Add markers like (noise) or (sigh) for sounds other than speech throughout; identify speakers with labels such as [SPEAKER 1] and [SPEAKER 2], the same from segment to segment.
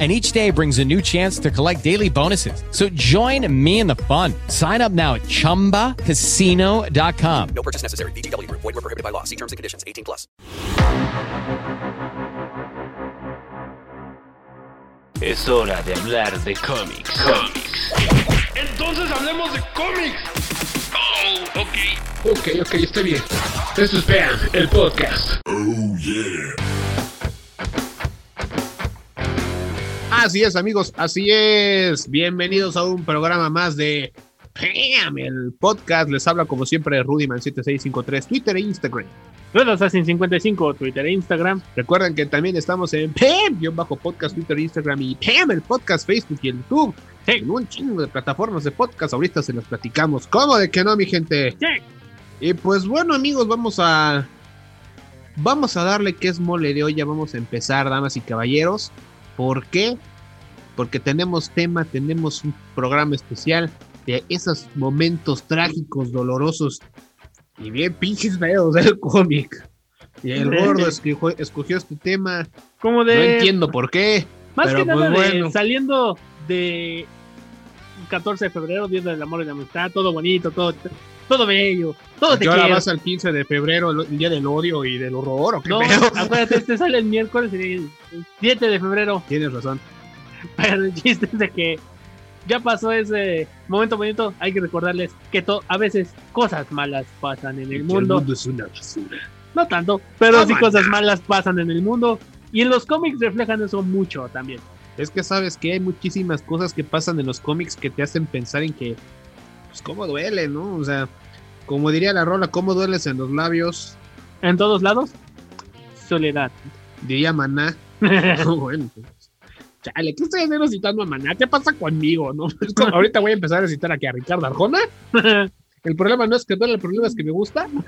[SPEAKER 1] and each day brings a new chance to collect daily bonuses. So join me in the fun. Sign up now at ChumbaCasino.com.
[SPEAKER 2] No purchase necessary. VGW Group. Void were prohibited by law. See terms and conditions. 18 plus.
[SPEAKER 3] Es hora de hablar de cómics. Cómics.
[SPEAKER 4] Entonces hablemos de cómics. Oh, ok.
[SPEAKER 5] Ok, ok, está bien. Esto es Bam, el podcast. Así es, amigos, así es. Bienvenidos a un programa más de Bam, el podcast. Les habla como siempre Rudyman7653, Twitter e Instagram.
[SPEAKER 6] Red Assassin 55, Twitter e Instagram.
[SPEAKER 5] Recuerden que también estamos en PAM-podcast, Twitter, e Instagram y PAM, el podcast, Facebook y el YouTube. En un chingo de plataformas de podcast, ahorita se las platicamos. ¿Cómo de que no, mi gente?
[SPEAKER 6] Sí.
[SPEAKER 5] Y pues bueno, amigos, vamos a. Vamos a darle que es mole de hoy. Ya vamos a empezar, damas y caballeros. ¿Por qué? Porque tenemos tema, tenemos un programa especial de esos momentos trágicos, dolorosos y bien pinches feos del cómic. Y el gordo escogió, escogió este tema.
[SPEAKER 6] Como de.
[SPEAKER 5] No entiendo por qué.
[SPEAKER 6] Más
[SPEAKER 5] pero
[SPEAKER 6] que
[SPEAKER 5] pues
[SPEAKER 6] nada, de-
[SPEAKER 5] bueno.
[SPEAKER 6] saliendo de 14 de febrero, Día del Amor y la Amistad, todo bonito, todo, todo bello, todo te
[SPEAKER 5] Porque ahora
[SPEAKER 6] quiero.
[SPEAKER 5] vas al 15 de febrero, el, el día del odio y del horror. ¿o qué
[SPEAKER 6] No,
[SPEAKER 5] pedo?
[SPEAKER 6] (laughs)
[SPEAKER 5] Ah,
[SPEAKER 6] acuérdate, este sale el miércoles y el 7 de febrero. (laughs)
[SPEAKER 5] Tienes razón.
[SPEAKER 6] Pero el chiste es de que ya pasó ese momento bonito. Hay que recordarles que to- a veces cosas malas pasan en el mundo.
[SPEAKER 5] es una basura.
[SPEAKER 6] No tanto, pero
[SPEAKER 5] Ah,
[SPEAKER 6] sí
[SPEAKER 5] man.
[SPEAKER 6] cosas malas pasan en el mundo. Y en los cómics reflejan eso mucho también.
[SPEAKER 5] Es que sabes que hay muchísimas cosas que pasan en los cómics que te hacen pensar en que, pues, cómo duele, ¿no? O sea, como diría la rola, cómo dueles en los labios,
[SPEAKER 6] En todos lados, soledad.
[SPEAKER 5] diría Maná. (laughs) bueno, pues, chale, ¿qué estoy haciendo citando a Maná? ¿Qué pasa conmigo, no? Es como, Ahorita voy a empezar a citar aquí a Ricardo Arjona. El problema no es que duele, el problema es que me gusta. El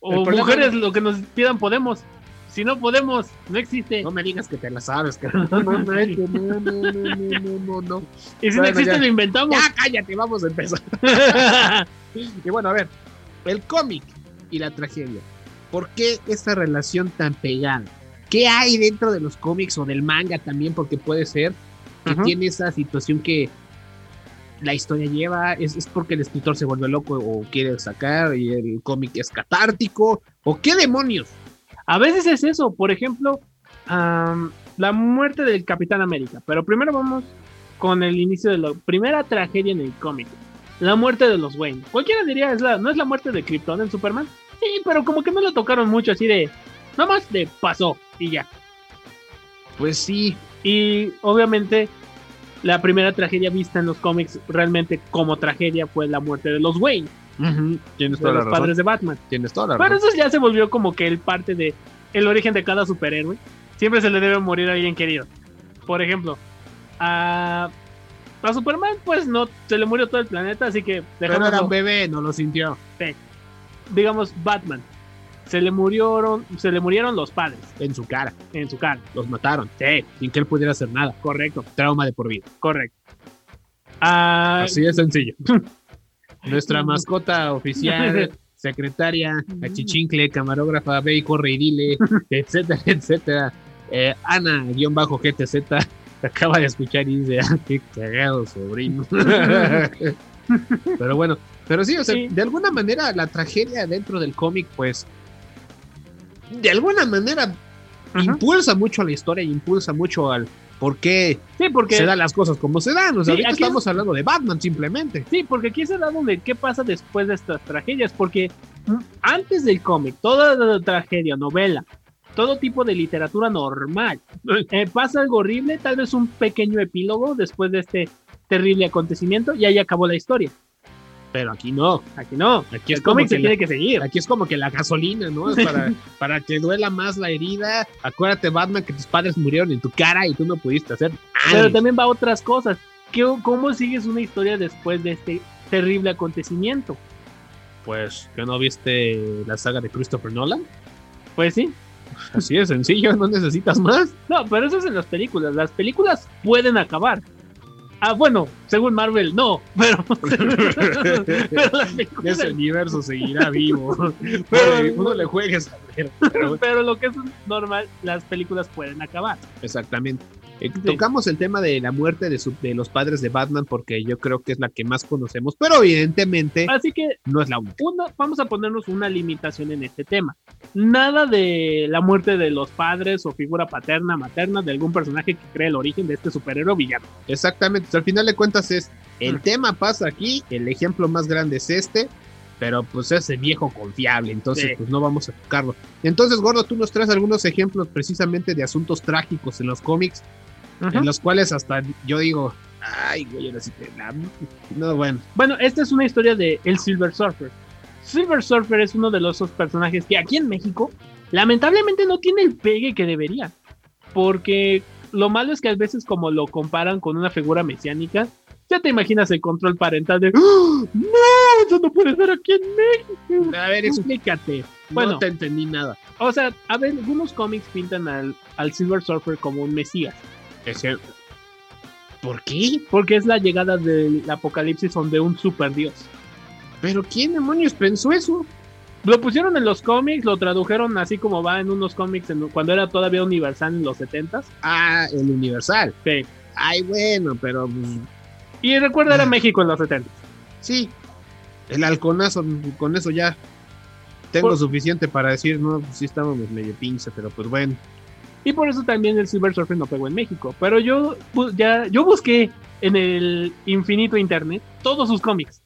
[SPEAKER 6] o
[SPEAKER 5] problema-
[SPEAKER 6] mujeres, lo que nos pidan podemos. Si no podemos, no existe.
[SPEAKER 5] No me digas que te la (laughs) sabes, que no, no, manches, no, no, no, no, no, no.
[SPEAKER 6] y si
[SPEAKER 5] bueno,
[SPEAKER 6] no existe,
[SPEAKER 5] ya.
[SPEAKER 6] lo inventamos.
[SPEAKER 5] (laughs) Ya cállate, vamos a empezar. (laughs) Y bueno, a ver, el cómic y la tragedia. ¿Por qué esta relación tan pegada? ¿Qué hay dentro de los cómics o del manga también? Porque puede ser que
[SPEAKER 6] Ujú.
[SPEAKER 5] tiene esa situación que la historia lleva. ¿Es, es porque el escritor se vuelve loco o quiere sacar y el cómic es catártico? ¿O qué demonios?
[SPEAKER 6] A veces es eso, por ejemplo, am, la muerte del Capitán América. Pero primero vamos con el inicio de la primera tragedia en el cómic. La muerte de los Wayne. Cualquiera diría, es la, ¿no es la muerte de Krypton en Superman? Sí, pero como que no lo tocaron mucho, así de... Nada más de pasó y ya.
[SPEAKER 5] Pues sí,
[SPEAKER 6] Y obviamente la primera tragedia vista en los cómics realmente como tragedia fue la muerte de los Wayne,
[SPEAKER 5] tienes
[SPEAKER 6] de
[SPEAKER 5] toda la
[SPEAKER 6] los
[SPEAKER 5] razón.
[SPEAKER 6] padres de Batman.
[SPEAKER 5] Tienes toda la
[SPEAKER 6] Pero
[SPEAKER 5] razón.
[SPEAKER 6] eso ya se volvió como que el parte de el origen de cada superhéroe. Siempre se le debe morir a alguien querido. Por ejemplo, a, a Superman pues no se le murió todo el planeta, así que
[SPEAKER 5] Pero era
[SPEAKER 6] dejándolo-
[SPEAKER 5] un bebé, no lo sintió.
[SPEAKER 6] digamos Batman. Se le murieron, se le murieron los padres
[SPEAKER 5] En su cara,
[SPEAKER 6] en su cara.
[SPEAKER 5] los mataron,
[SPEAKER 6] Sí,
[SPEAKER 5] sin que él pudiera hacer nada.
[SPEAKER 6] correcto,
[SPEAKER 5] Trauma de por vida.
[SPEAKER 6] correcto. Ah,
[SPEAKER 5] Así de sencillo. (laughs) Nuestra mascota oficial, secretaria, achichincle, camarógrafa, ve y corre y (laughs) dile, etcétera, etcétera. Eh, Ana, guión bajo GTZ, (laughs) acaba de escuchar y dice, "Ah, qué cagado (laughs) sobrino. pero bueno, pero sí, o sea,
[SPEAKER 6] Sí.
[SPEAKER 5] de alguna manera la tragedia dentro del cómic, pues, de alguna manera
[SPEAKER 6] Ajá.
[SPEAKER 5] impulsa mucho a la historia y impulsa mucho al por qué
[SPEAKER 6] Sí, porque
[SPEAKER 5] se dan las cosas como se dan. O sea,
[SPEAKER 6] Sí,
[SPEAKER 5] ahorita
[SPEAKER 6] aquí es-
[SPEAKER 5] estamos hablando de Batman simplemente.
[SPEAKER 6] Sí, porque aquí se da donde qué pasa después de estas tragedias, porque mm, antes del cómic, toda la tragedia, novela, todo tipo de literatura normal, eh, pasa algo horrible, tal vez un pequeño epílogo después de este terrible acontecimiento y ahí acabó la historia.
[SPEAKER 5] Pero aquí no.
[SPEAKER 6] Aquí no,
[SPEAKER 5] Aquí es
[SPEAKER 6] el
[SPEAKER 5] como
[SPEAKER 6] cómic se
[SPEAKER 5] que
[SPEAKER 6] tiene
[SPEAKER 5] la,
[SPEAKER 6] que seguir.
[SPEAKER 5] aquí es como que la gasolina, ¿no? Es para,
[SPEAKER 6] (laughs)
[SPEAKER 5] para que duela más la herida. Acuérdate, Batman, que tus padres murieron en tu cara y tú no pudiste hacer.
[SPEAKER 6] Pero
[SPEAKER 5] nada.
[SPEAKER 6] también va a otras cosas. ¿Qué- ¿Cómo sigues una historia después de este terrible acontecimiento?
[SPEAKER 5] Pues, ¿que no viste la saga de Christopher Nolan?
[SPEAKER 6] Pues sí.
[SPEAKER 5] Así de sencillo, no necesitas
[SPEAKER 6] (laughs)
[SPEAKER 5] más.
[SPEAKER 6] No, pero eso es en las películas. Las películas pueden acabar. Ah, bueno, según Marvel, no, (laughs) pero, pero las películas-
[SPEAKER 5] Ese universo seguirá (laughs) vivo.
[SPEAKER 6] Pero-
[SPEAKER 5] no le juegues a ver. pero-
[SPEAKER 6] pero lo que es normal, las películas pueden acabar.
[SPEAKER 5] Exactamente. Eh,
[SPEAKER 6] Sí.
[SPEAKER 5] Tocamos el tema de la muerte de, su- de los padres de Batman porque yo creo que es la que más conocemos, pero evidentemente
[SPEAKER 6] Así que
[SPEAKER 5] no es la única.
[SPEAKER 6] una, vamos a ponernos una limitación en este tema. Nada de la muerte de los padres o figura paterna, materna de algún personaje que cree el origen de este superhéroe villano.
[SPEAKER 5] Exactamente. O sea, al final de cuentas es el
[SPEAKER 6] Mm.
[SPEAKER 5] tema pasa aquí, el ejemplo más grande es este, pero pues es el viejo confiable, entonces
[SPEAKER 6] Sí.
[SPEAKER 5] pues no vamos a tocarlo. Entonces, Gordo, tú nos traes algunos ejemplos precisamente de asuntos trágicos en los cómics, en los cuales hasta yo digo, ay, güey, ahora sí te la- No, bueno,
[SPEAKER 6] Bueno, esta es una historia de el Silver Surfer. Silver Surfer es uno de los esos personajes que aquí en México lamentablemente no tiene el pegue que debería. Porque lo malo es que a veces como lo comparan con una figura mesiánica, ya te imaginas el control parental de "¡Ah! ¡No! Eso no puede ser aquí en México.
[SPEAKER 5] a ver, eso
[SPEAKER 6] Explícate.
[SPEAKER 5] bueno.
[SPEAKER 6] Bueno.
[SPEAKER 5] no te entendí nada.
[SPEAKER 6] O sea, a ver, algunos cómics pintan al, al Silver Surfer como un mesías,
[SPEAKER 5] Ese- ¿Por qué?
[SPEAKER 6] porque es la llegada del apocalipsis donde un superdios.
[SPEAKER 5] ¿Pero quién demonios pensó eso?
[SPEAKER 6] Lo pusieron en los cómics, lo tradujeron así como va en unos cómics en- cuando era todavía universal en los 70s.
[SPEAKER 5] Ah, el Universal.
[SPEAKER 6] Sí.
[SPEAKER 5] Ay, bueno, pero pues,
[SPEAKER 6] Y recuerda,
[SPEAKER 5] Ah.
[SPEAKER 6] era México en los 70s.
[SPEAKER 5] sí, el halconazo, con eso ya tengo
[SPEAKER 6] Por-
[SPEAKER 5] suficiente para decir, no, pues sí estábamos medio pinche, pero pues bueno.
[SPEAKER 6] Y por eso también el Silver Surfer no pegó en México. Pero yo, bu- ya, yo busqué en el infinito internet todos sus cómics.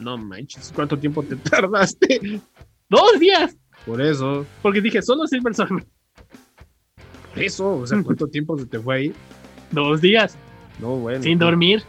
[SPEAKER 5] No manches, ¿cuánto tiempo te (laughs) tardaste?
[SPEAKER 6] ¡Dos días!
[SPEAKER 5] Por eso,
[SPEAKER 6] Porque dije, solo Silver Surfer. (laughs)
[SPEAKER 5] por eso, o sea, ¿cuánto tiempo se te fue ahí?
[SPEAKER 6] Dos días,
[SPEAKER 5] No, bueno.
[SPEAKER 6] sin dormir.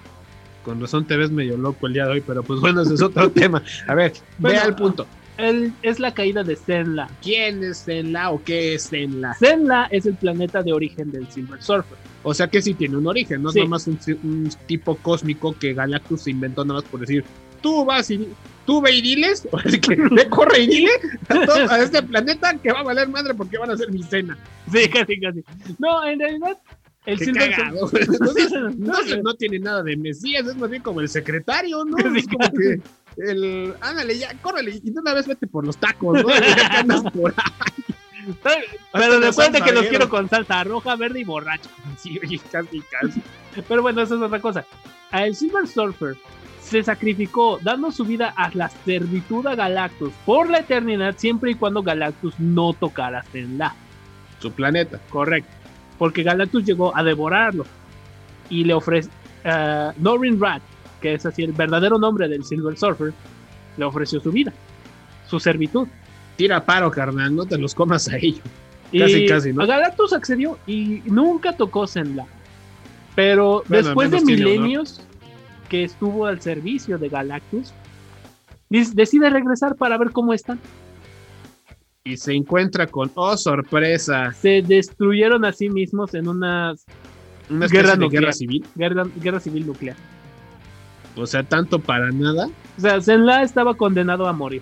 [SPEAKER 5] Con razón te ves medio loco el día de hoy, pero pues bueno, ese es otro (laughs) tema. A ver,
[SPEAKER 6] Bueno,
[SPEAKER 5] ve al punto.
[SPEAKER 6] El- es la caída de Zenla.
[SPEAKER 5] ¿Quién es Tenla o qué es Tenla?
[SPEAKER 6] Zenla es el planeta de origen del Silver Surfer. (laughs)
[SPEAKER 5] O sea que sí tiene un origen, no
[SPEAKER 6] Sí.
[SPEAKER 5] es nomás un, un tipo cósmico que Galactus se inventó nada más por decir, tú vas y tú ve y diles, (laughs) o es que le corre y dile a, todo- a este planeta que va a valer madre porque van a hacer mi cena.
[SPEAKER 6] Sí, casi, casi. No, en realidad, el
[SPEAKER 5] Qué
[SPEAKER 6] Silver
[SPEAKER 5] cagado.
[SPEAKER 6] Surfer. (laughs)
[SPEAKER 5] Entonces, No, sé, no tiene nada de Mesías, es más bien como el secretario, ¿no?
[SPEAKER 6] Sí,
[SPEAKER 5] Es como que el, ándale ya, córrele, y de una vez vete por los tacos, ¿no? (laughs) Ya que andas por
[SPEAKER 6] Pero
[SPEAKER 5] Hasta
[SPEAKER 6] recuerda que los
[SPEAKER 5] salsaguero.
[SPEAKER 6] quiero con salsa roja, verde y borracho. (laughs)
[SPEAKER 5] Sí, oye, casi, casi.
[SPEAKER 6] Pero bueno, eso es otra cosa. El Silver Surfer se sacrificó dando su vida a la servitud a Galactus por la eternidad, siempre y cuando Galactus no tocara Zenla.
[SPEAKER 5] Su planeta.
[SPEAKER 6] Correcto. Porque Galactus llegó a devorarlo y le ofrece. eh, Norrin Rat, que es así el verdadero nombre del Silver Surfer, le ofreció su vida, su servitud.
[SPEAKER 5] Tira paro, carnal, no te los comas a ellos.
[SPEAKER 6] Y
[SPEAKER 5] Casi, casi, ¿no?
[SPEAKER 6] Galactus accedió y nunca tocó Senla. Pero
[SPEAKER 5] Bueno,
[SPEAKER 6] después
[SPEAKER 5] al
[SPEAKER 6] de
[SPEAKER 5] menos tiene honor.
[SPEAKER 6] milenios que estuvo al servicio de Galactus, dis- decide regresar para ver cómo están.
[SPEAKER 5] Y se encuentra con, oh, sorpresa,
[SPEAKER 6] Se destruyeron a sí mismos en una
[SPEAKER 5] una especie
[SPEAKER 6] Guerra
[SPEAKER 5] de
[SPEAKER 6] nuclear.
[SPEAKER 5] guerra civil.
[SPEAKER 6] guerra, guerra civil nuclear.
[SPEAKER 5] O sea, tanto para nada.
[SPEAKER 6] O sea, Senla estaba condenado a morir.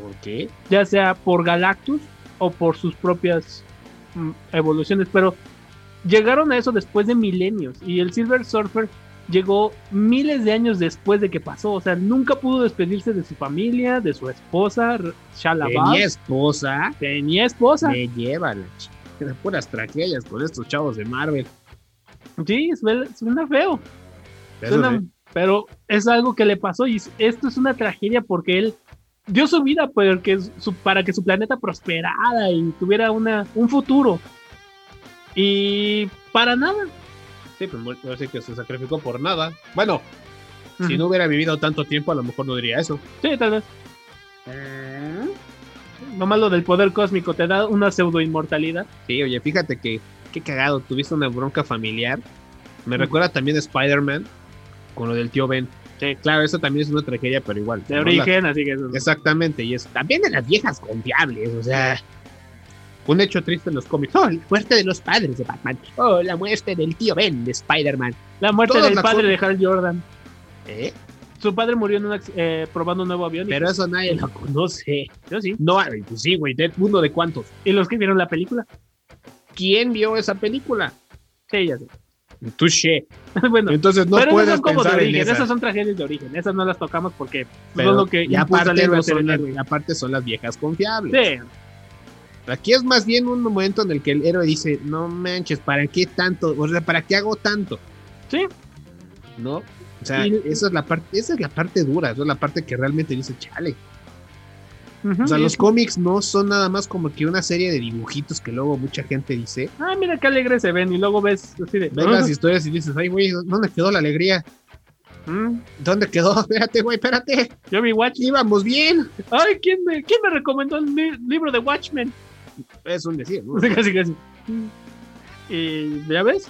[SPEAKER 5] ¿Por qué?
[SPEAKER 6] ya sea por Galactus o por sus propias mm, evoluciones, pero llegaron a eso después de milenios y el Silver Surfer llegó miles de años después de que pasó, o sea, nunca pudo despedirse de su familia, de su esposa, R- Shalabal,
[SPEAKER 5] Tenía esposa,
[SPEAKER 6] tenía esposa,
[SPEAKER 5] me lleva la chingada. (laughs) Puras tragedias con estos chavos de Marvel.
[SPEAKER 6] sí, suena, suena feo,
[SPEAKER 5] Eso
[SPEAKER 6] suena-
[SPEAKER 5] sí.
[SPEAKER 6] pero es algo que le pasó y s- esto es una tragedia porque él dio su vida porque su- para que su planeta prosperara y tuviera una, un futuro. Y para nada.
[SPEAKER 5] Sí, pues bueno, ahora sí que se sacrificó por nada. Bueno, si no hubiera vivido tanto tiempo, a lo mejor no diría eso.
[SPEAKER 6] Sí, tal vez. Ah. Nomás lo del poder cósmico te da una pseudo inmortalidad.
[SPEAKER 5] Sí, oye, fíjate que qué cagado, tuviste una bronca familiar. Me recuerda también a Spider-Man con lo del tío Ben.
[SPEAKER 6] Sí.
[SPEAKER 5] Claro, eso también es una tragedia, pero igual.
[SPEAKER 6] De
[SPEAKER 5] ¿no?
[SPEAKER 6] origen, así que eso.
[SPEAKER 5] La- exactamente, y es también de las viejas confiables, o sea. Un hecho triste en los cómics. Oh, la muerte de los padres de Batman. Oh, la muerte del tío Ben de Spider-Man.
[SPEAKER 6] La muerte
[SPEAKER 5] Todas
[SPEAKER 6] del
[SPEAKER 5] las
[SPEAKER 6] padre de
[SPEAKER 5] cosas-
[SPEAKER 6] Hal Jordan.
[SPEAKER 5] ¿Eh?
[SPEAKER 6] Su padre murió en un acc- eh, probando un nuevo avión. y-
[SPEAKER 5] Pero eso nadie lo conoce.
[SPEAKER 6] yo sí.
[SPEAKER 5] No, ay, pues sí, güey, Deadpool, ¿uno de cuántos?
[SPEAKER 6] ¿Y los que vieron la película?
[SPEAKER 5] ¿Quién vio esa película?
[SPEAKER 6] Sí, ya sé. (laughs)
[SPEAKER 5] Touché.
[SPEAKER 6] bueno,
[SPEAKER 5] Entonces no
[SPEAKER 6] pero
[SPEAKER 5] puedes
[SPEAKER 6] esas son como de
[SPEAKER 5] pensar en
[SPEAKER 6] origen.
[SPEAKER 5] esa.
[SPEAKER 6] Esas son tragedias de origen. Esas no las tocamos porque
[SPEAKER 5] Pero-
[SPEAKER 6] son lo que
[SPEAKER 5] y
[SPEAKER 6] impulsa al
[SPEAKER 5] aparte,
[SPEAKER 6] héroe
[SPEAKER 5] no
[SPEAKER 6] a ser
[SPEAKER 5] son
[SPEAKER 6] el
[SPEAKER 5] las,
[SPEAKER 6] héroe.
[SPEAKER 5] aparte son las viejas confiables.
[SPEAKER 6] Sí,
[SPEAKER 5] Aquí es más bien un momento en el que el héroe dice, no manches, ¿para qué tanto? O sea, ¿para qué hago tanto?
[SPEAKER 6] Sí.
[SPEAKER 5] ¿No? O sea,
[SPEAKER 6] Y-
[SPEAKER 5] esa es la parte, esa es la parte dura, esa es la parte que realmente dice, chale.
[SPEAKER 6] Ujú.
[SPEAKER 5] O sea,
[SPEAKER 6] Sí.
[SPEAKER 5] los cómics no son nada más como que una serie de dibujitos que luego mucha gente dice.
[SPEAKER 6] Ah, mira qué alegres se ven. Y luego ves así de.
[SPEAKER 5] Ves
[SPEAKER 6] "Ah,
[SPEAKER 5] las historias y dices, ay, güey, ¿dónde quedó la alegría?
[SPEAKER 6] mm,
[SPEAKER 5] ¿Dónde quedó? (laughs) Espérate, güey, espérate.
[SPEAKER 6] Yo vi Watch.
[SPEAKER 5] Íbamos bien.
[SPEAKER 6] Ay, ¿quién me, quién me recomendó el li- libro de Watchmen? (laughs)
[SPEAKER 5] Es un decir, ¿no?
[SPEAKER 6] Así, casi, casi. Y ya ves,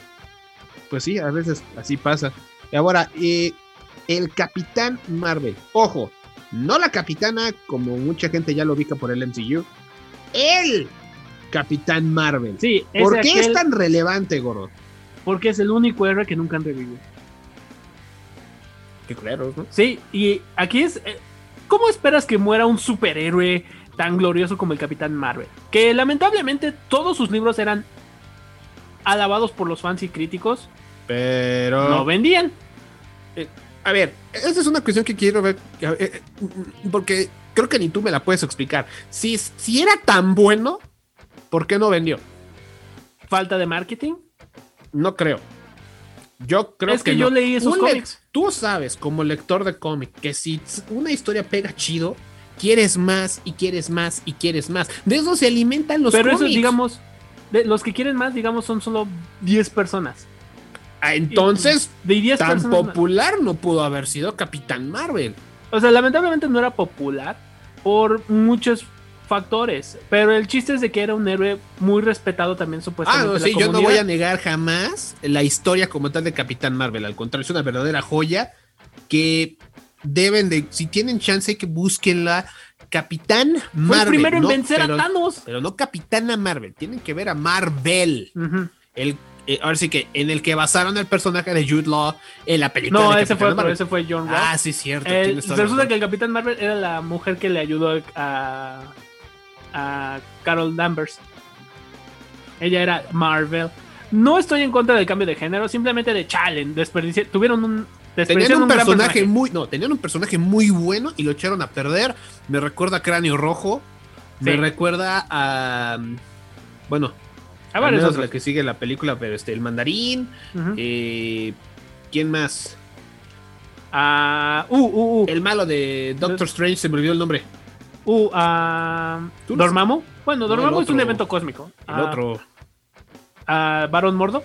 [SPEAKER 5] Pues sí, a veces así pasa. Y ahora, eh, el Capitán Marvel. Ojo, no la capitana, como mucha gente ya lo ubica por el MCU. El Capitán Marvel.
[SPEAKER 6] sí, es
[SPEAKER 5] ¿Por qué
[SPEAKER 6] aquel-
[SPEAKER 5] es tan relevante, Goro?
[SPEAKER 6] porque es el único héroe que nunca han revivido.
[SPEAKER 5] Qué claro, ¿no?
[SPEAKER 6] Sí, y aquí es. eh, ¿Cómo esperas que muera un superhéroe tan glorioso como el Capitán Marvel? Que lamentablemente todos sus libros eran alabados por los fans y críticos,
[SPEAKER 5] Pero.
[SPEAKER 6] no vendían.
[SPEAKER 5] a ver, esa es una cuestión que quiero ver. que- eh, eh, Porque creo que ni tú me la puedes explicar. Si, si era tan bueno, ¿por qué no vendió?
[SPEAKER 6] Falta de marketing.
[SPEAKER 5] No creo. Yo creo
[SPEAKER 6] es que,
[SPEAKER 5] no.
[SPEAKER 6] yo leí esos
[SPEAKER 5] Un
[SPEAKER 6] cómics.
[SPEAKER 5] lec- Tú sabes, como lector de cómic, que si s- una historia pega chido, quieres más y quieres más y quieres más. De eso se alimentan los
[SPEAKER 6] Pero esos,
[SPEAKER 5] cómics.
[SPEAKER 6] digamos, de- los que quieren más, digamos, son solo 10 personas.
[SPEAKER 5] Ah, Entonces,
[SPEAKER 6] De 10
[SPEAKER 5] tan
[SPEAKER 6] personas.
[SPEAKER 5] popular no pudo haber sido Capitán Marvel.
[SPEAKER 6] O sea, lamentablemente no era popular por muchos factores. Pero el chiste es de que era un héroe muy respetado también,
[SPEAKER 5] Ah,
[SPEAKER 6] supuestamente.
[SPEAKER 5] no,
[SPEAKER 6] en la
[SPEAKER 5] sí, yo no
[SPEAKER 6] comunidad.
[SPEAKER 5] voy a negar jamás la historia como tal de Capitán Marvel. Al contrario, es una verdadera joya que deben de, si tienen chance, que busquenla. Capitán Marvel.
[SPEAKER 6] Fue el primero en
[SPEAKER 5] no,
[SPEAKER 6] vencer
[SPEAKER 5] pero-
[SPEAKER 6] a Thanos.
[SPEAKER 5] Pero no Capitana Marvel, tienen que ver a Marvel.
[SPEAKER 6] Ujú.
[SPEAKER 5] el, eh, ahora sí que en el que basaron el personaje de Jude Law en la película.
[SPEAKER 6] No,
[SPEAKER 5] de
[SPEAKER 6] ese
[SPEAKER 5] Capitán
[SPEAKER 6] fue, otro,
[SPEAKER 5] Marvel.
[SPEAKER 6] ese fue John Ross.
[SPEAKER 5] Ah, sí, cierto.
[SPEAKER 6] El-
[SPEAKER 5] tienes toda la
[SPEAKER 6] resulta
[SPEAKER 5] razón.
[SPEAKER 6] que el Capitán Marvel era la mujer que le ayudó a, a Carol Danvers. Ella era Marvel. No estoy en contra del cambio de género, simplemente de challenge. Desperdici- tuvieron un.
[SPEAKER 5] Tenían
[SPEAKER 6] desperdiciaron
[SPEAKER 5] un,
[SPEAKER 6] gran
[SPEAKER 5] personaje, muy, no, tenían un personaje muy bueno y lo echaron a perder. Me recuerda a Cráneo Rojo. Me
[SPEAKER 6] Sí.
[SPEAKER 5] recuerda a. um, Bueno,
[SPEAKER 6] A
[SPEAKER 5] al
[SPEAKER 6] varios
[SPEAKER 5] menos
[SPEAKER 6] otros.
[SPEAKER 5] la que sigue la película, pero este, el mandarín.
[SPEAKER 6] Ujú.
[SPEAKER 5] eh, ¿Quién más?
[SPEAKER 6] Ah, uh, uh, uh,
[SPEAKER 5] El malo de Doctor Strange, se me olvidó el nombre.
[SPEAKER 6] uh, ah,
[SPEAKER 5] Tú no-
[SPEAKER 6] Dormammu. Bueno,
[SPEAKER 5] No, el
[SPEAKER 6] Dormammu es un
[SPEAKER 5] otro.
[SPEAKER 6] evento cósmico.
[SPEAKER 5] El
[SPEAKER 6] Ah,
[SPEAKER 5] otro.
[SPEAKER 6] ah, Barón Mordo.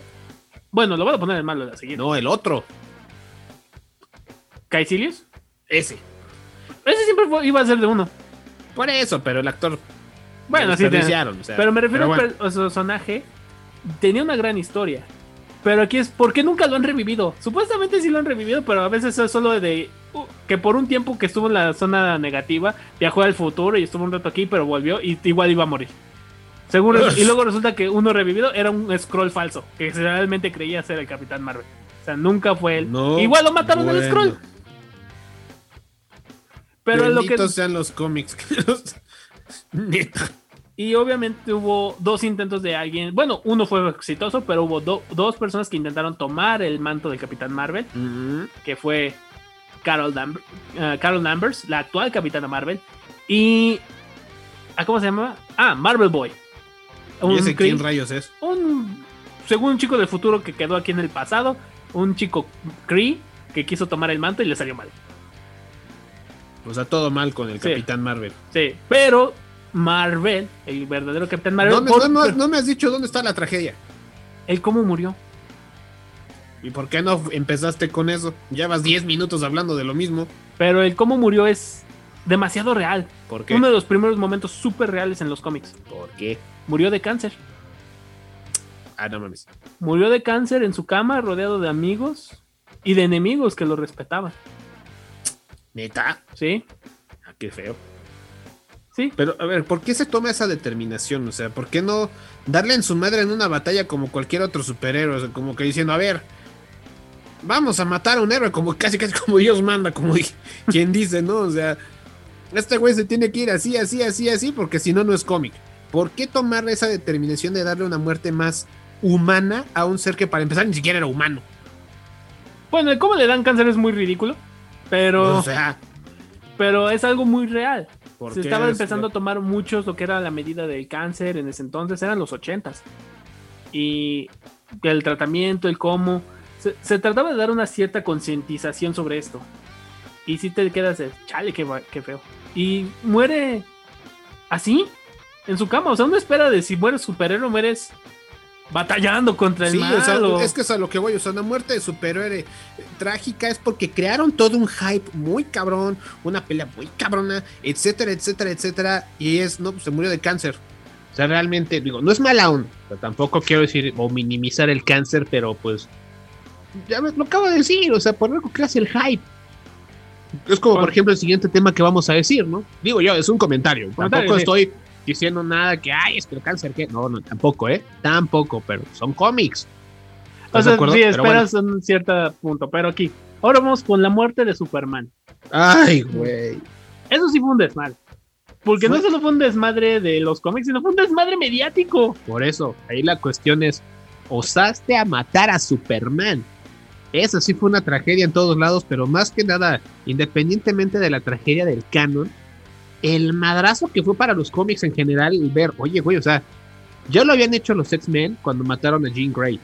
[SPEAKER 6] Bueno, lo voy a poner en malo de la siguiente.
[SPEAKER 5] No, el otro.
[SPEAKER 6] ¿Caecilius?
[SPEAKER 5] Ese.
[SPEAKER 6] Ese siempre fue- iba a ser de uno.
[SPEAKER 5] Por eso, pero el actor.
[SPEAKER 6] Bueno,
[SPEAKER 5] lo
[SPEAKER 6] sí, tiene-
[SPEAKER 5] desperdiciaron, o sea,
[SPEAKER 6] Pero me refiero
[SPEAKER 5] bueno.
[SPEAKER 6] al per- a su personaje. Tenía una gran historia. Pero aquí es, ¿por qué nunca lo han revivido? Supuestamente sí lo han revivido, pero a veces es solo de uh, que por un tiempo que estuvo en la zona negativa, viajó al futuro y estuvo un rato aquí, pero volvió y igual iba a morir. Según res- y luego resulta que uno revivido era un scroll falso, que realmente creía ser el Capitán Marvel. O sea, nunca fue él.
[SPEAKER 5] No,
[SPEAKER 6] igual lo mataron al
[SPEAKER 5] bueno.
[SPEAKER 6] scroll. Pero lo que
[SPEAKER 5] Benditos sean los cómics. que (laughs) los- Neta.
[SPEAKER 6] Y obviamente hubo dos intentos de alguien. Bueno, uno fue exitoso, pero hubo do- dos personas que intentaron tomar el manto del Capitán Marvel, que fue Carol, Danv- eh, Carol Danvers, la actual Capitana Marvel, y. ah, ¿Cómo se llama? Ah, Marvel Boy.
[SPEAKER 5] ¿Y ese
[SPEAKER 6] cri-
[SPEAKER 5] quién rayos es?
[SPEAKER 6] un según un chico del futuro que quedó aquí en el pasado, un chico Cree que quiso tomar el manto y le salió mal.
[SPEAKER 5] O sea, todo mal con el
[SPEAKER 6] Sí.
[SPEAKER 5] Capitán Marvel.
[SPEAKER 6] Sí, pero Marvel, el verdadero Capitán Marvel,
[SPEAKER 5] ¿Dónde-
[SPEAKER 6] por-
[SPEAKER 5] no, no- no me has dicho dónde está la tragedia.
[SPEAKER 6] el cómo murió.
[SPEAKER 5] ¿Y por qué no empezaste con eso? Llevas 10 minutos hablando de lo mismo.
[SPEAKER 6] Pero el cómo murió es demasiado real.
[SPEAKER 5] ¿Por qué?
[SPEAKER 6] Uno de los primeros momentos súper reales en los cómics.
[SPEAKER 5] ¿Por qué?
[SPEAKER 6] Murió de cáncer.
[SPEAKER 5] Ah, no mames.
[SPEAKER 6] Murió de cáncer en su cama, rodeado de amigos y de enemigos que lo respetaban.
[SPEAKER 5] Neta.
[SPEAKER 6] ¿Sí?
[SPEAKER 5] Ah, qué feo.
[SPEAKER 6] Sí.
[SPEAKER 5] Pero, a ver, ¿por qué se toma esa determinación? O sea, ¿por qué no darle en su madre en una batalla como cualquier otro superhéroe? O sea, como que diciendo, a ver, vamos a matar a un héroe, como casi casi como Dios manda, como (laughs) di- quien dice, ¿no? O sea, este güey se tiene que ir así, así, así, así, porque si no, no es cómic. ¿Por qué tomar esa determinación de darle una muerte más humana a un ser que para empezar ni siquiera era humano?
[SPEAKER 6] Bueno, el cómo le dan cáncer es muy ridículo, pero,
[SPEAKER 5] O sea,
[SPEAKER 6] pero es algo muy real.
[SPEAKER 5] ¿por
[SPEAKER 6] Se
[SPEAKER 5] qué
[SPEAKER 6] estaba
[SPEAKER 5] es-
[SPEAKER 6] empezando a tomar muchos lo que era la medida del cáncer en ese entonces, eran los 80s. Y el tratamiento, el cómo. Se, se trataba de dar una cierta concientización sobre esto. Y si te quedas, de, chale, qué, va- qué feo. Y muere así, en su cama. O sea, uno espera de si mueres superhéroe, mueres batallando contra el
[SPEAKER 5] Sí,
[SPEAKER 6] mal.
[SPEAKER 5] o sea,
[SPEAKER 6] o-
[SPEAKER 5] es que es a lo que voy, o sea, una muerte de superhéroe eh, trágica es porque crearon todo un hype muy cabrón, una pelea muy cabrona, etcétera, etcétera, etcétera, y es, no, pues se murió de cáncer. O sea, realmente, digo, no es mala aún, tampoco quiero decir o minimizar el cáncer, pero pues, ya ves, lo acabo de decir, o sea, por algo creas el hype. Es como, por
[SPEAKER 6] Bueno.
[SPEAKER 5] ejemplo, el siguiente tema que vamos a decir, ¿no? Digo yo, es un comentario,
[SPEAKER 6] Comentario,
[SPEAKER 5] tampoco
[SPEAKER 6] sí.
[SPEAKER 5] estoy diciendo nada que, ay, es que el cáncer, que, no, no, tampoco, ¿eh? Tampoco, pero son cómics.
[SPEAKER 6] O
[SPEAKER 5] ¿Estás de
[SPEAKER 6] sea,
[SPEAKER 5] acuerdo?
[SPEAKER 6] sí,
[SPEAKER 5] Pero bueno.
[SPEAKER 6] esperas un cierto punto, pero aquí. Ahora vamos con la muerte de Superman.
[SPEAKER 5] Ay, güey.
[SPEAKER 6] Eso sí fue un desmadre. Porque no
[SPEAKER 5] Fue-
[SPEAKER 6] solo fue un desmadre de los cómics, sino fue un desmadre mediático.
[SPEAKER 5] Por eso, ahí la cuestión es, osaste a matar a Superman. Esa sí fue una tragedia en todos lados, pero más que nada, independientemente de la tragedia del canon, el madrazo que fue para los cómics en general, el ver, oye, güey, o sea, ya lo habían hecho los X-Men cuando mataron a Jean Grey,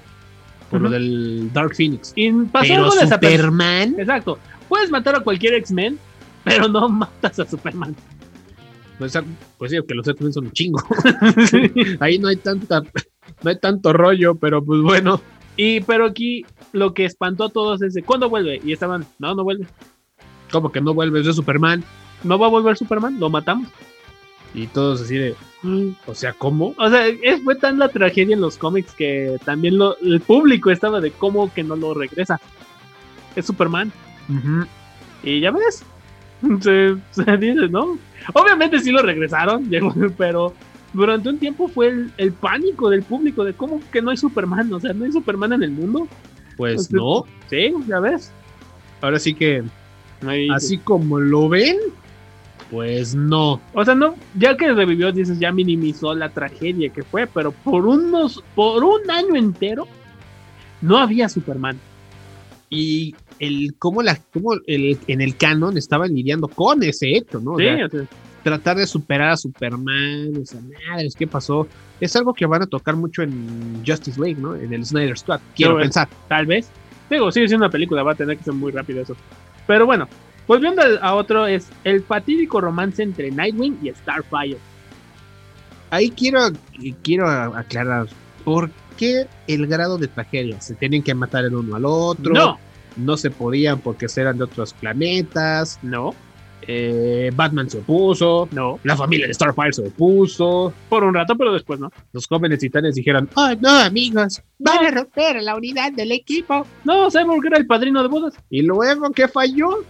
[SPEAKER 5] por lo
[SPEAKER 6] Ujú.
[SPEAKER 5] del Dark Phoenix.
[SPEAKER 6] Y pasó
[SPEAKER 5] Pero
[SPEAKER 6] algo desapercibido.
[SPEAKER 5] Superman,
[SPEAKER 6] Exacto. Puedes matar a cualquier X-Men, pero no (laughs) matas a Superman.
[SPEAKER 5] pues, ah, pues sí, que los X-Men son un chingo. (laughs) Ahí no hay tanta, no hay tanto rollo, pero pues bueno.
[SPEAKER 6] y pero aquí lo que espantó a todos es de ¿cuándo vuelve? Y estaban, no, no vuelve.
[SPEAKER 5] como que no vuelves de Superman?
[SPEAKER 6] No va a volver Superman, lo matamos.
[SPEAKER 5] Y todos así de, o sea, ¿cómo?
[SPEAKER 6] O sea, es- fue tan la tragedia en los cómics que también lo- el público estaba de cómo que no lo regresa. Es Superman. Y ya ves. (laughs) Se, se dice, ¿no? Obviamente sí lo regresaron, (laughs) llegó, pero durante un tiempo fue el, el pánico del público de cómo que no hay Superman, o sea, no hay Superman en el mundo.
[SPEAKER 5] Pues
[SPEAKER 6] O sea,
[SPEAKER 5] no.
[SPEAKER 6] Sí, ya ves.
[SPEAKER 5] Ahora sí que,
[SPEAKER 6] Ahí-
[SPEAKER 5] así como lo ven, pues no.
[SPEAKER 6] O sea, no, ya que revivió, dices, ya minimizó la tragedia que fue, pero por unos, por un año entero, no había Superman.
[SPEAKER 5] Y el cómo la cómo el, en el canon estaban lidiando con ese hecho, ¿no? O
[SPEAKER 6] Sí,
[SPEAKER 5] sea,
[SPEAKER 6] o sea,
[SPEAKER 5] tratar de superar a Superman, o sea, madres, ¿qué pasó? Es algo que van a tocar mucho en Justice League, ¿no? En el Snyder's Cut, quiero
[SPEAKER 6] bueno.
[SPEAKER 5] pensar.
[SPEAKER 6] tal vez. Digo, sigue siendo una película, va a tener que ser muy rápido eso. Pero bueno, volviendo al- a otro, es el fatídico romance entre Nightwing y Starfire.
[SPEAKER 5] Ahí quiero, quiero aclarar, ¿por qué el grado de tragedia? ¿Se tienen que matar el uno al otro?
[SPEAKER 6] No,
[SPEAKER 5] no se podían porque eran de otros planetas.
[SPEAKER 6] no,
[SPEAKER 5] eh, Batman se opuso,
[SPEAKER 6] no.
[SPEAKER 5] la familia de Starfire se opuso.
[SPEAKER 6] Por un rato, pero después no.
[SPEAKER 5] Los jóvenes titanes dijeron: Oh, no, amigos, van a romper la unidad del equipo.
[SPEAKER 6] No, Cyborg era el padrino de bodas.
[SPEAKER 5] Y luego, ¿qué falló?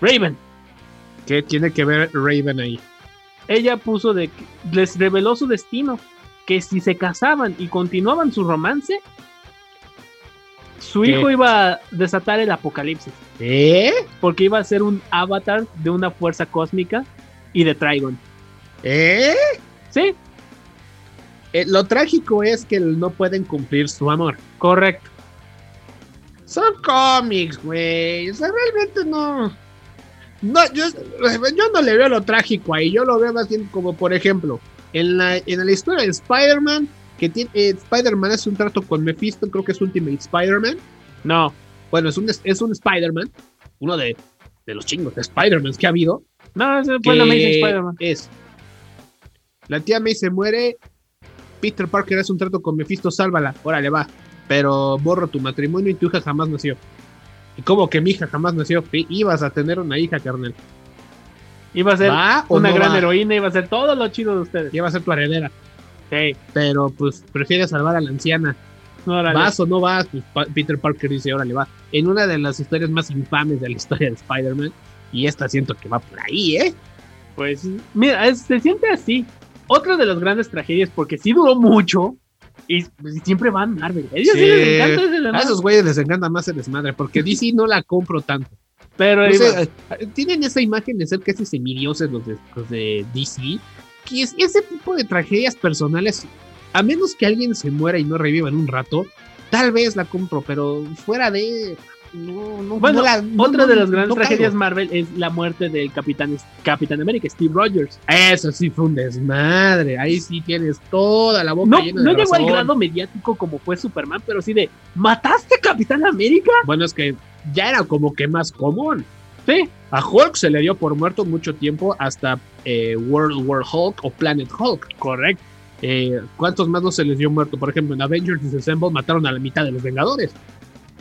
[SPEAKER 6] Raven.
[SPEAKER 5] ¿Qué tiene que ver Raven ahí?
[SPEAKER 6] Ella puso de que- les reveló su destino, que si se casaban y continuaban su romance, su
[SPEAKER 5] ¿Qué?
[SPEAKER 6] hijo iba a desatar el apocalipsis,
[SPEAKER 5] ¿Eh?
[SPEAKER 6] porque iba a ser un avatar de una fuerza cósmica y de Trigon.
[SPEAKER 5] ¿Eh?
[SPEAKER 6] Sí,
[SPEAKER 5] Eh, lo trágico es que no pueden cumplir su amor.
[SPEAKER 6] correcto.
[SPEAKER 5] Son cómics, güey. O sea, realmente no. No, yo, yo no le veo lo trágico ahí. Yo lo veo más bien como, por ejemplo, en la, en la historia de Spider-Man, que tiene, eh, Spider-Man hace un trato con Mephisto, creo que es Ultimate Spider-Man.
[SPEAKER 6] No,
[SPEAKER 5] Bueno, es un, es un Spider-Man, uno de, de los chingos de Spider-Man que ha habido.
[SPEAKER 6] no, ese fue
[SPEAKER 5] que
[SPEAKER 6] el Amazing Spider-Man.
[SPEAKER 5] Es. La tía May se muere. Peter Parker hace un trato con Mephisto, sálvala. Órale, va. Pero borro tu matrimonio y tu hija jamás nació. ¿Y cómo que mi hija jamás nació? I- Ibas a tener una hija, carnal.
[SPEAKER 6] Iba a ser
[SPEAKER 5] ¿Va o
[SPEAKER 6] una
[SPEAKER 5] no
[SPEAKER 6] gran
[SPEAKER 5] va?
[SPEAKER 6] heroína, iba a ser todo lo chido de ustedes.
[SPEAKER 5] Ya va a ser tu heredera.
[SPEAKER 6] Sí,
[SPEAKER 5] Pero pues prefieres salvar a la anciana.
[SPEAKER 6] órale.
[SPEAKER 5] ¿Vas o no vas? Pues, Pa- Peter Parker dice, órale, va. En una de las historias más infames de la historia de Spider-Man. Y esta siento que va por ahí, ¿eh?
[SPEAKER 6] Pues mira, es- se siente así. Otra de las grandes tragedias, porque sí duró mucho, Y, pues, siempre van Marvel. A Ellos
[SPEAKER 5] Sí. Ah,
[SPEAKER 6] sí les encanta ese
[SPEAKER 5] A
[SPEAKER 6] desmadre.
[SPEAKER 5] esos güeyes les encanta más el desmadre, porque DC no la compro tanto.
[SPEAKER 6] Pero
[SPEAKER 5] No
[SPEAKER 6] ahí
[SPEAKER 5] sé,
[SPEAKER 6] va.
[SPEAKER 5] eh, tienen esa imagen de ser casi semidioses los de, los de DC. Que es- ese tipo de tragedias personales, a menos que alguien se muera y no reviva en un rato, tal vez la compro, pero fuera de. No, no,
[SPEAKER 6] Bueno,
[SPEAKER 5] no la- no-
[SPEAKER 6] otra
[SPEAKER 5] no-
[SPEAKER 6] de las grandes
[SPEAKER 5] no caigo.
[SPEAKER 6] tragedias Marvel es la muerte del Capitán, Capitán América, Steve Rogers.
[SPEAKER 5] Eso sí fue un desmadre. Ahí sí tienes toda la boca
[SPEAKER 6] No,
[SPEAKER 5] llena de
[SPEAKER 6] no llegó al
[SPEAKER 5] razón.
[SPEAKER 6] grado mediático como fue Superman, pero sí de ¿mataste a Capitán América?
[SPEAKER 5] Bueno, es que ya era como que más común.
[SPEAKER 6] Sí.
[SPEAKER 5] A Hulk se le dio por muerto mucho tiempo hasta eh, World War Hulk o Planet Hulk. Correcto.
[SPEAKER 6] Eh,
[SPEAKER 5] ¿Cuántos más no se les dio muerto? Por ejemplo, en Avengers Disassemble mataron a la mitad de los Vengadores.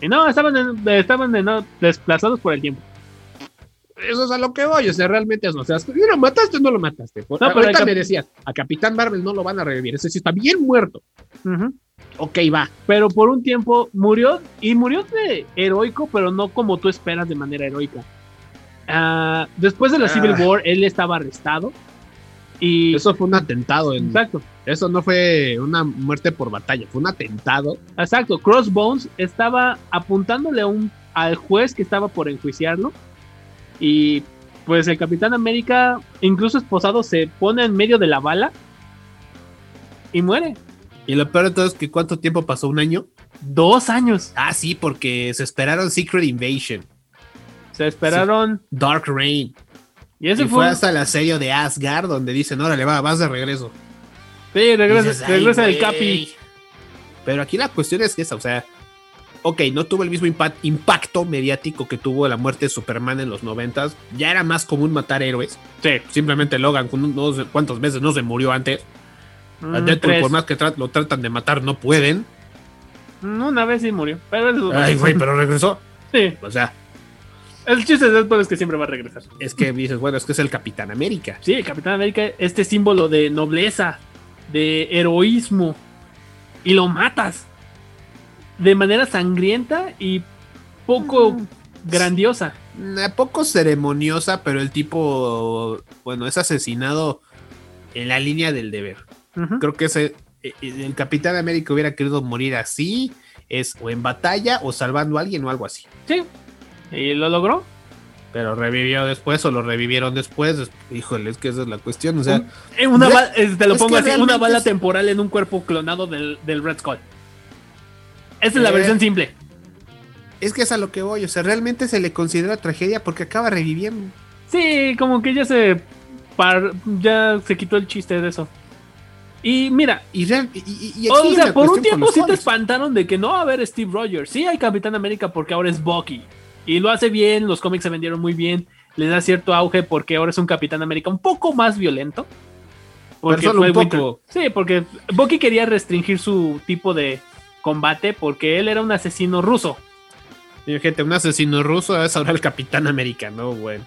[SPEAKER 6] Y Eh, no, estaban, en- estaban en- no, desplazados por el tiempo.
[SPEAKER 5] Eso es a lo que voy, o sea, realmente es, o sea, si lo mataste o no lo mataste. Por-
[SPEAKER 6] No, pero
[SPEAKER 5] ahorita
[SPEAKER 6] el cap-
[SPEAKER 5] me decías, a Capitán Marvel no lo van a revivir, ese sí está bien muerto.
[SPEAKER 6] Ujú.
[SPEAKER 5] Ok, va.
[SPEAKER 6] Pero por un tiempo murió y murió de heroico, pero no como tú esperas de manera heroica. Ah, después de la Civil
[SPEAKER 5] Ah.
[SPEAKER 6] War, él estaba arrestado. Y.
[SPEAKER 5] Eso fue un atentado, en-
[SPEAKER 6] Exacto.
[SPEAKER 5] eso no fue una muerte por batalla, fue un atentado.
[SPEAKER 6] Exacto, Crossbones estaba apuntándole a un, al juez que estaba por enjuiciarlo. Y pues el Capitán América, incluso esposado, se pone en medio de la bala y muere.
[SPEAKER 5] Y lo peor de todo es que ¿cuánto tiempo pasó? ¿Un año?
[SPEAKER 6] Dos años.
[SPEAKER 5] Ah, sí, porque se esperaron Secret Invasion,
[SPEAKER 6] Se esperaron.
[SPEAKER 5] Dark Reign.
[SPEAKER 6] Y ese
[SPEAKER 5] y
[SPEAKER 6] fue.
[SPEAKER 5] fue hasta el asedio de Asgard, donde dicen, órale, va, vas de regreso.
[SPEAKER 6] Sí, regresa,
[SPEAKER 5] Dices, "Ay,
[SPEAKER 6] regresa el
[SPEAKER 5] güey".
[SPEAKER 6] Capi.
[SPEAKER 5] Pero aquí la cuestión es esa, o sea, ok, no tuvo el mismo impa- impacto mediático que tuvo la muerte de Superman en los noventas. Ya era más común matar héroes. Sí. Simplemente Logan, con unos cuantos meses no se murió antes. A
[SPEAKER 6] Mm,
[SPEAKER 5] Deadpool,
[SPEAKER 6] tres.
[SPEAKER 5] por más que tra- lo tratan de matar, no pueden.
[SPEAKER 6] Mm, Una vez sí murió. Pero eso-
[SPEAKER 5] Ay, güey, pero regresó.
[SPEAKER 6] Sí,
[SPEAKER 5] O sea,
[SPEAKER 6] el chiste de Deadpool es que siempre va a regresar.
[SPEAKER 5] es que dices, bueno, es que es el Capitán América.
[SPEAKER 6] Sí, el Capitán América, este símbolo de nobleza, de heroísmo, y lo matas de manera sangrienta y poco grandiosa.
[SPEAKER 5] Nah, poco ceremoniosa, pero el tipo, bueno, es asesinado en la línea del deber.
[SPEAKER 6] Ujú.
[SPEAKER 5] Creo que ese, eh, eh, el Capitán América hubiera querido morir así, es o en batalla o salvando a alguien o algo así.
[SPEAKER 6] Sí, y lo logró.
[SPEAKER 5] Pero revivió después o lo revivieron después. es- Híjole, es que esa es la cuestión. O sea,
[SPEAKER 6] Eh, una
[SPEAKER 5] Re-
[SPEAKER 6] bala- eh, te lo
[SPEAKER 5] es
[SPEAKER 6] pongo
[SPEAKER 5] que
[SPEAKER 6] así, una
[SPEAKER 5] realmente
[SPEAKER 6] bala
[SPEAKER 5] es-
[SPEAKER 6] temporal en un cuerpo clonado del, del Red Skull. Esa es la
[SPEAKER 5] Eh.
[SPEAKER 6] versión simple.
[SPEAKER 5] es que es a lo que voy. O sea, realmente se le considera tragedia porque acaba reviviendo.
[SPEAKER 6] Sí, como que ya se par- ya se quitó el chiste de eso. Y mira,
[SPEAKER 5] Y, real- y- y- y aquí hay
[SPEAKER 6] O sea,
[SPEAKER 5] una
[SPEAKER 6] por un
[SPEAKER 5] cuestión
[SPEAKER 6] tiempo
[SPEAKER 5] con
[SPEAKER 6] sí
[SPEAKER 5] los
[SPEAKER 6] te
[SPEAKER 5] cómics.
[SPEAKER 6] espantaron de que no va a haber Steve Rogers. Sí hay Capitán América porque ahora es Bucky. Y lo hace bien, los cómics se vendieron muy bien. Le da cierto auge porque ahora es un Capitán América un poco más violento. Porque
[SPEAKER 5] solo
[SPEAKER 6] fue
[SPEAKER 5] un
[SPEAKER 6] Winter-
[SPEAKER 5] poco.
[SPEAKER 6] Sí, porque Bucky quería restringir su tipo de combate porque él era un asesino ruso.
[SPEAKER 5] Señor, gente, un asesino ruso es ahora el Capitán América, ¿no?
[SPEAKER 6] (laughs)
[SPEAKER 5] Bueno,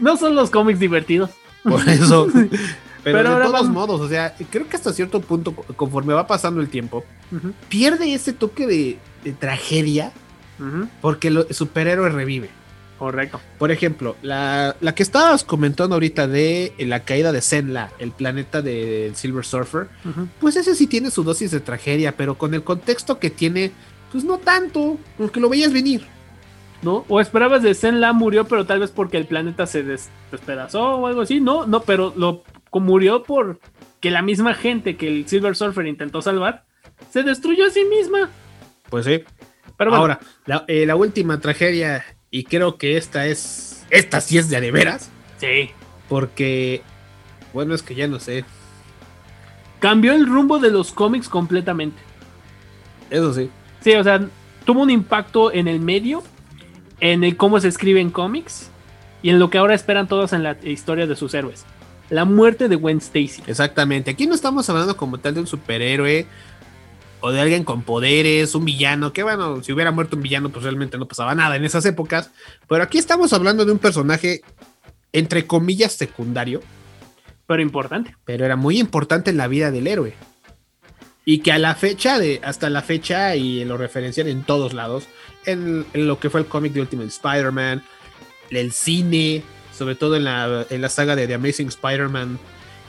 [SPEAKER 6] No son los cómics divertidos.
[SPEAKER 5] por eso. Pero,
[SPEAKER 6] Pero
[SPEAKER 5] de
[SPEAKER 6] ahora
[SPEAKER 5] todos
[SPEAKER 6] vamos-
[SPEAKER 5] modos, o sea, creo que hasta cierto punto, co- conforme va pasando el tiempo,
[SPEAKER 6] Ujú,
[SPEAKER 5] pierde ese toque de, de tragedia
[SPEAKER 6] ujú,
[SPEAKER 5] porque el superhéroe revive.
[SPEAKER 6] Correcto.
[SPEAKER 5] Por ejemplo, la, la que estabas comentando ahorita de eh, la caída de Senla, el planeta del Silver Surfer,
[SPEAKER 6] Ujú.
[SPEAKER 5] pues ese sí tiene su dosis de tragedia, pero con el contexto que tiene, pues no tanto, porque lo veías venir.
[SPEAKER 6] ¿no? O esperabas de Senla murió, pero tal vez porque el planeta se des- despedazó o algo así. No, no, pero lo como murió por que la misma gente que el Silver Surfer intentó salvar se destruyó a sí misma.
[SPEAKER 5] Pues sí.
[SPEAKER 6] Pero bueno,
[SPEAKER 5] Ahora, la, eh, la última tragedia, y creo que esta es, esta sí es de a de veras,
[SPEAKER 6] sí.
[SPEAKER 5] porque, bueno, es que ya no sé,
[SPEAKER 6] Cambió el rumbo de los cómics completamente.
[SPEAKER 5] eso sí.
[SPEAKER 6] Sí, o sea, tuvo un impacto en el medio, en el cómo se escriben cómics y en lo que ahora esperan todos en la historia de sus héroes. La muerte de Gwen Stacy.
[SPEAKER 5] Exactamente. Aquí no estamos hablando como tal de un superhéroe o de alguien con poderes, un villano. Que bueno, si hubiera muerto un villano, pues realmente no pasaba nada en esas épocas. Pero aquí estamos hablando de un personaje, entre comillas, secundario,
[SPEAKER 6] Pero importante.
[SPEAKER 5] pero era muy importante en la vida del héroe. Y que a la fecha, de, hasta la fecha, y lo referencian en todos lados, en, en lo que fue el cómic de Ultimate Spider-Man, el cine, sobre todo en la, en la saga de The Amazing Spider-Man,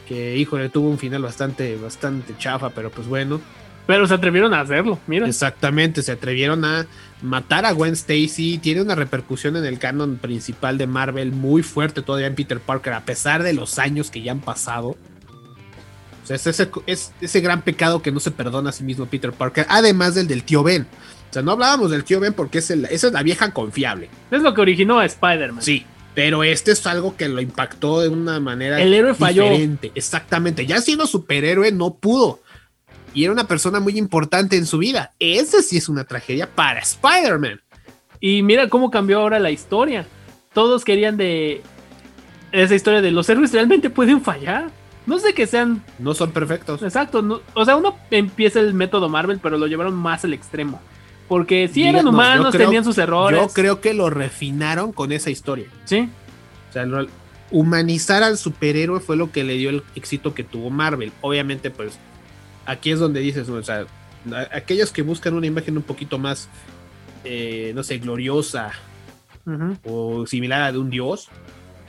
[SPEAKER 5] que híjole, tuvo un final bastante, bastante chafa, pero pues bueno.
[SPEAKER 6] Pero se atrevieron a hacerlo, mira.
[SPEAKER 5] Exactamente, se atrevieron a matar a Gwen Stacy. Tiene una repercusión en el canon principal de Marvel muy fuerte todavía en Peter Parker, a pesar de los años que ya han pasado. O sea, es ese, es ese gran pecado que no se perdona a sí mismo Peter Parker, además del del tío Ben. O sea, no hablábamos del tío Ben porque es el- esa es la vieja confiable.
[SPEAKER 6] Es lo que originó a Spider-Man.
[SPEAKER 5] Sí. Pero este es algo que lo impactó de una manera
[SPEAKER 6] El héroe falló.
[SPEAKER 5] diferente. Exactamente. Ya siendo superhéroe no pudo. Y era una persona muy importante en su vida. Esa sí es una tragedia para Spider-Man.
[SPEAKER 6] Y mira cómo cambió ahora la historia. Todos querían de esa historia de los héroes realmente pueden fallar. No sé que sean
[SPEAKER 5] No son perfectos.
[SPEAKER 6] exacto. no- o sea, uno empieza el método Marvel, pero lo llevaron más al extremo. Porque si eran
[SPEAKER 5] Díganos, yo
[SPEAKER 6] humanos,
[SPEAKER 5] creo-
[SPEAKER 6] tenían sus errores.
[SPEAKER 5] Yo creo que lo refinaron con esa historia.
[SPEAKER 6] Sí,
[SPEAKER 5] O sea, lo- humanizar al superhéroe fue lo que le dio el éxito que tuvo Marvel. Obviamente, pues aquí es donde dices, o sea, a- aquellos que buscan una imagen un poquito más, eh, no sé, gloriosa,
[SPEAKER 6] ujú, (laughs)
[SPEAKER 5] o similar a de un dios.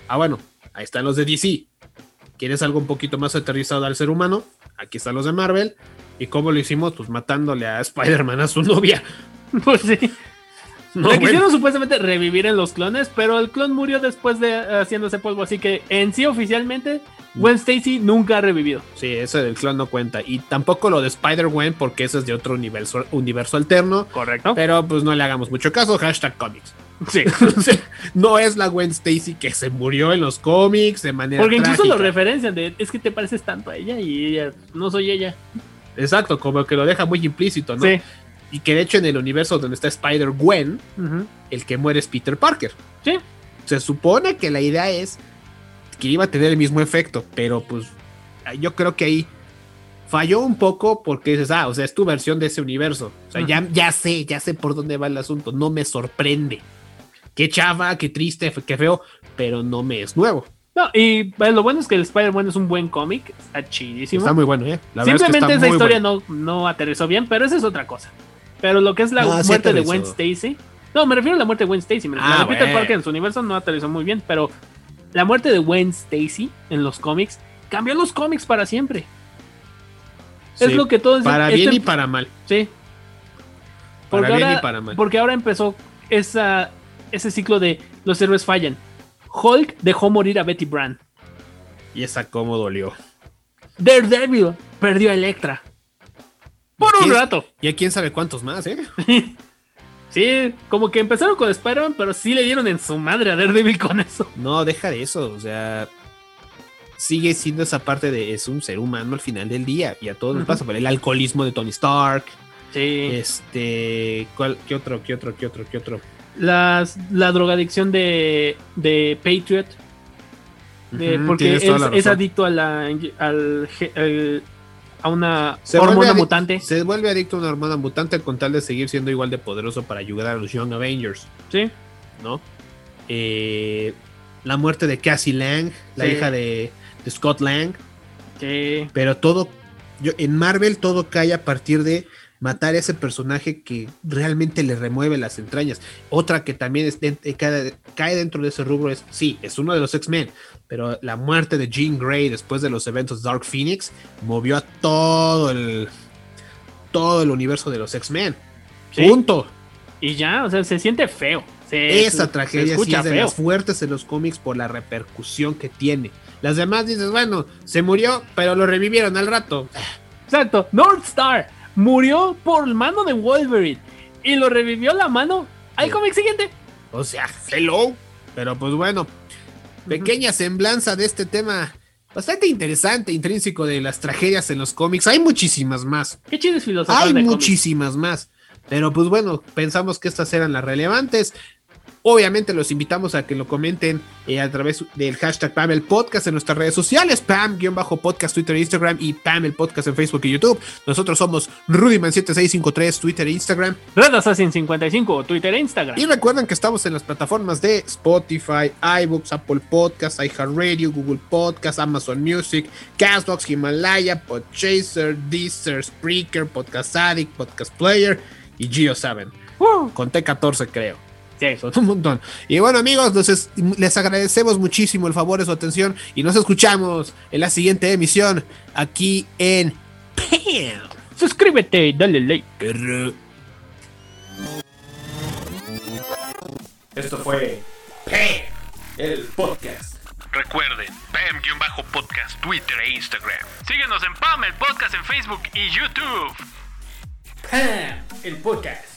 [SPEAKER 5] Ah, bueno, ahí están los de DC. ¿Quieres algo un poquito más aterrizado al ser humano? Aquí están los de Marvel. ¿Y cómo lo hicimos? Pues matándole a Spider-Man a su (laughs) novia.
[SPEAKER 6] pues sí.
[SPEAKER 5] (laughs) No,
[SPEAKER 6] La
[SPEAKER 5] bueno.
[SPEAKER 6] quisieron supuestamente revivir en los clones, pero el clon murió después de eh, haciéndose polvo. Así que en sí, oficialmente,
[SPEAKER 5] Mm.
[SPEAKER 6] Gwen Stacy nunca ha revivido.
[SPEAKER 5] Sí, ese del clon no cuenta. Y tampoco lo de Spider-Gwen, porque eso es de otro universo, universo alterno.
[SPEAKER 6] Correcto.
[SPEAKER 5] Pero pues no le hagamos mucho caso. Hashtag cómics.
[SPEAKER 6] Sí.
[SPEAKER 5] O sea, (laughs) no es la Gwen Stacy que se murió en los cómics de manera.
[SPEAKER 6] Porque incluso lo
[SPEAKER 5] trágica.
[SPEAKER 6] referencian de es que te pareces tanto a ella y ella no soy ella.
[SPEAKER 5] Exacto, como que lo deja muy implícito, ¿no?
[SPEAKER 6] Sí.
[SPEAKER 5] Y que de hecho en el universo donde está Spider-Gwen,
[SPEAKER 6] Ujú.
[SPEAKER 5] el que muere es Peter Parker.
[SPEAKER 6] Sí.
[SPEAKER 5] Se supone que la idea es que iba a tener el mismo efecto, pero pues yo creo que ahí falló un poco porque dices, ah, o sea, es tu versión de ese universo. O sea, ya, ya sé, ya sé por dónde va el asunto, no me sorprende. Qué chava, qué triste, fe- qué feo, pero no me es nuevo.
[SPEAKER 6] No, y pues, lo bueno es que el Spider-Man es un buen cómic, está chidísimo.
[SPEAKER 5] Está muy bueno, ¿eh? La verdad es que está
[SPEAKER 6] Simplemente esa
[SPEAKER 5] muy
[SPEAKER 6] historia
[SPEAKER 5] bueno.
[SPEAKER 6] no, no aterrizó bien, pero esa es otra cosa. Pero lo que es la
[SPEAKER 5] No, Ah, sí
[SPEAKER 6] muerte de
[SPEAKER 5] aterrizó.
[SPEAKER 6] Gwen Stacy. No, me refiero a la muerte de Gwen Stacy. Me refiero
[SPEAKER 5] Ah,
[SPEAKER 6] a Peter
[SPEAKER 5] bueno.
[SPEAKER 6] Parker en su universo no aterrizó muy bien, pero la muerte de Gwen Stacy en los cómics cambió los cómics para siempre. es
[SPEAKER 5] Sí,
[SPEAKER 6] lo que todos
[SPEAKER 5] Para
[SPEAKER 6] este-
[SPEAKER 5] bien y para mal.
[SPEAKER 6] Sí.
[SPEAKER 5] Para
[SPEAKER 6] Porque,
[SPEAKER 5] bien
[SPEAKER 6] ahora,
[SPEAKER 5] y para mal.
[SPEAKER 6] porque ahora empezó esa, ese ciclo de los héroes fallan. Hulk dejó morir a Betty Brand.
[SPEAKER 5] Y esa cómo dolió.
[SPEAKER 6] Daredevil perdió a Electra. Por un
[SPEAKER 5] ¿Quién-
[SPEAKER 6] rato.
[SPEAKER 5] Y a quién sabe cuántos más, ¿eh?
[SPEAKER 6] Sí, como que empezaron con Spider-Man, pero sí le dieron en su madre a Daredevil (laughs) con eso.
[SPEAKER 5] No, deja de eso, o sea, sigue siendo esa parte de es un ser humano al final del día y a todos nos
[SPEAKER 6] Ujú.
[SPEAKER 5] pasa, pero el alcoholismo de Tony Stark,
[SPEAKER 6] Sí.
[SPEAKER 5] este, ¿cuál, qué otro, qué otro, qué otro, qué otro?
[SPEAKER 6] Las, la drogadicción de, de Patriot. de-
[SPEAKER 5] Ujú,
[SPEAKER 6] porque
[SPEAKER 5] tienes
[SPEAKER 6] es,
[SPEAKER 5] toda la
[SPEAKER 6] es
[SPEAKER 5] razón.
[SPEAKER 6] adicto a la al ge- al- a una
[SPEAKER 5] Se vuelve
[SPEAKER 6] hormona
[SPEAKER 5] adic-
[SPEAKER 6] mutante.
[SPEAKER 5] Se vuelve adicto a una hormona mutante con tal de seguir siendo igual de poderoso para ayudar a los Young Avengers,
[SPEAKER 6] Sí.
[SPEAKER 5] ¿no? Eh, la muerte de Cassie Lang, la
[SPEAKER 6] Sí.
[SPEAKER 5] hija de, de Scott Lang,
[SPEAKER 6] Sí.
[SPEAKER 5] Pero todo, yo, en Marvel todo cae a partir de matar a ese personaje que realmente le remueve las entrañas. Otra que también es den- eh, cae, cae dentro de ese rubro es, sí, es uno de los X-Men, pero la muerte de Jean Grey después de los eventos Dark Phoenix movió a todo el, todo el universo de los X-Men.
[SPEAKER 6] Sí.
[SPEAKER 5] Punto.
[SPEAKER 6] Y ya, o sea, se siente feo. Se-
[SPEAKER 5] Esa
[SPEAKER 6] se- se
[SPEAKER 5] tragedia sí
[SPEAKER 6] escucha
[SPEAKER 5] es de
[SPEAKER 6] feo.
[SPEAKER 5] las fuertes en los cómics por la repercusión que tiene. Las demás dices, bueno, se murió, pero lo revivieron al rato.
[SPEAKER 6] Exacto. North Star murió por mano de Wolverine y lo revivió la mano al
[SPEAKER 5] Sí.
[SPEAKER 6] cómic siguiente.
[SPEAKER 5] O sea, hello. Pero pues bueno, pequeña semblanza de este tema bastante interesante, intrínseco de las tragedias en los cómics. Hay muchísimas más.
[SPEAKER 6] Qué chido es filosofar
[SPEAKER 5] Hay
[SPEAKER 6] de cómics.
[SPEAKER 5] muchísimas más. Pero pues bueno, pensamos que estas eran las relevantes. Obviamente los invitamos a que lo comenten eh, a través del hashtag Pam el Podcast en nuestras redes sociales, Pam-podcast, Twitter e Instagram y Pam el Podcast en Facebook y YouTube. Nosotros somos Rudyman7653, Twitter e Instagram.
[SPEAKER 6] Red Assassin 55, o Twitter e Instagram.
[SPEAKER 5] Y recuerden que estamos en las plataformas de Spotify, iBooks, Apple Podcasts, iHeartRadio, Google Podcasts, Amazon Music, Castbox, Himalaya, Podchaser, Deezer, Spreaker, Podcast Addict, Podcast Player y Geo7.
[SPEAKER 6] Uh,
[SPEAKER 5] Conté 14, creo.
[SPEAKER 6] sí.
[SPEAKER 5] Son un montón. Y bueno, amigos, los es- les agradecemos muchísimo el favor de su atención y nos escuchamos en la siguiente emisión aquí en PAM.
[SPEAKER 6] Suscríbete y dale like.
[SPEAKER 7] Esto fue P, el podcast.
[SPEAKER 4] Recuerden, PAM-podcast, Twitter e Instagram. Síguenos en PAM, el podcast en Facebook y YouTube.
[SPEAKER 7] Pam, el podcast.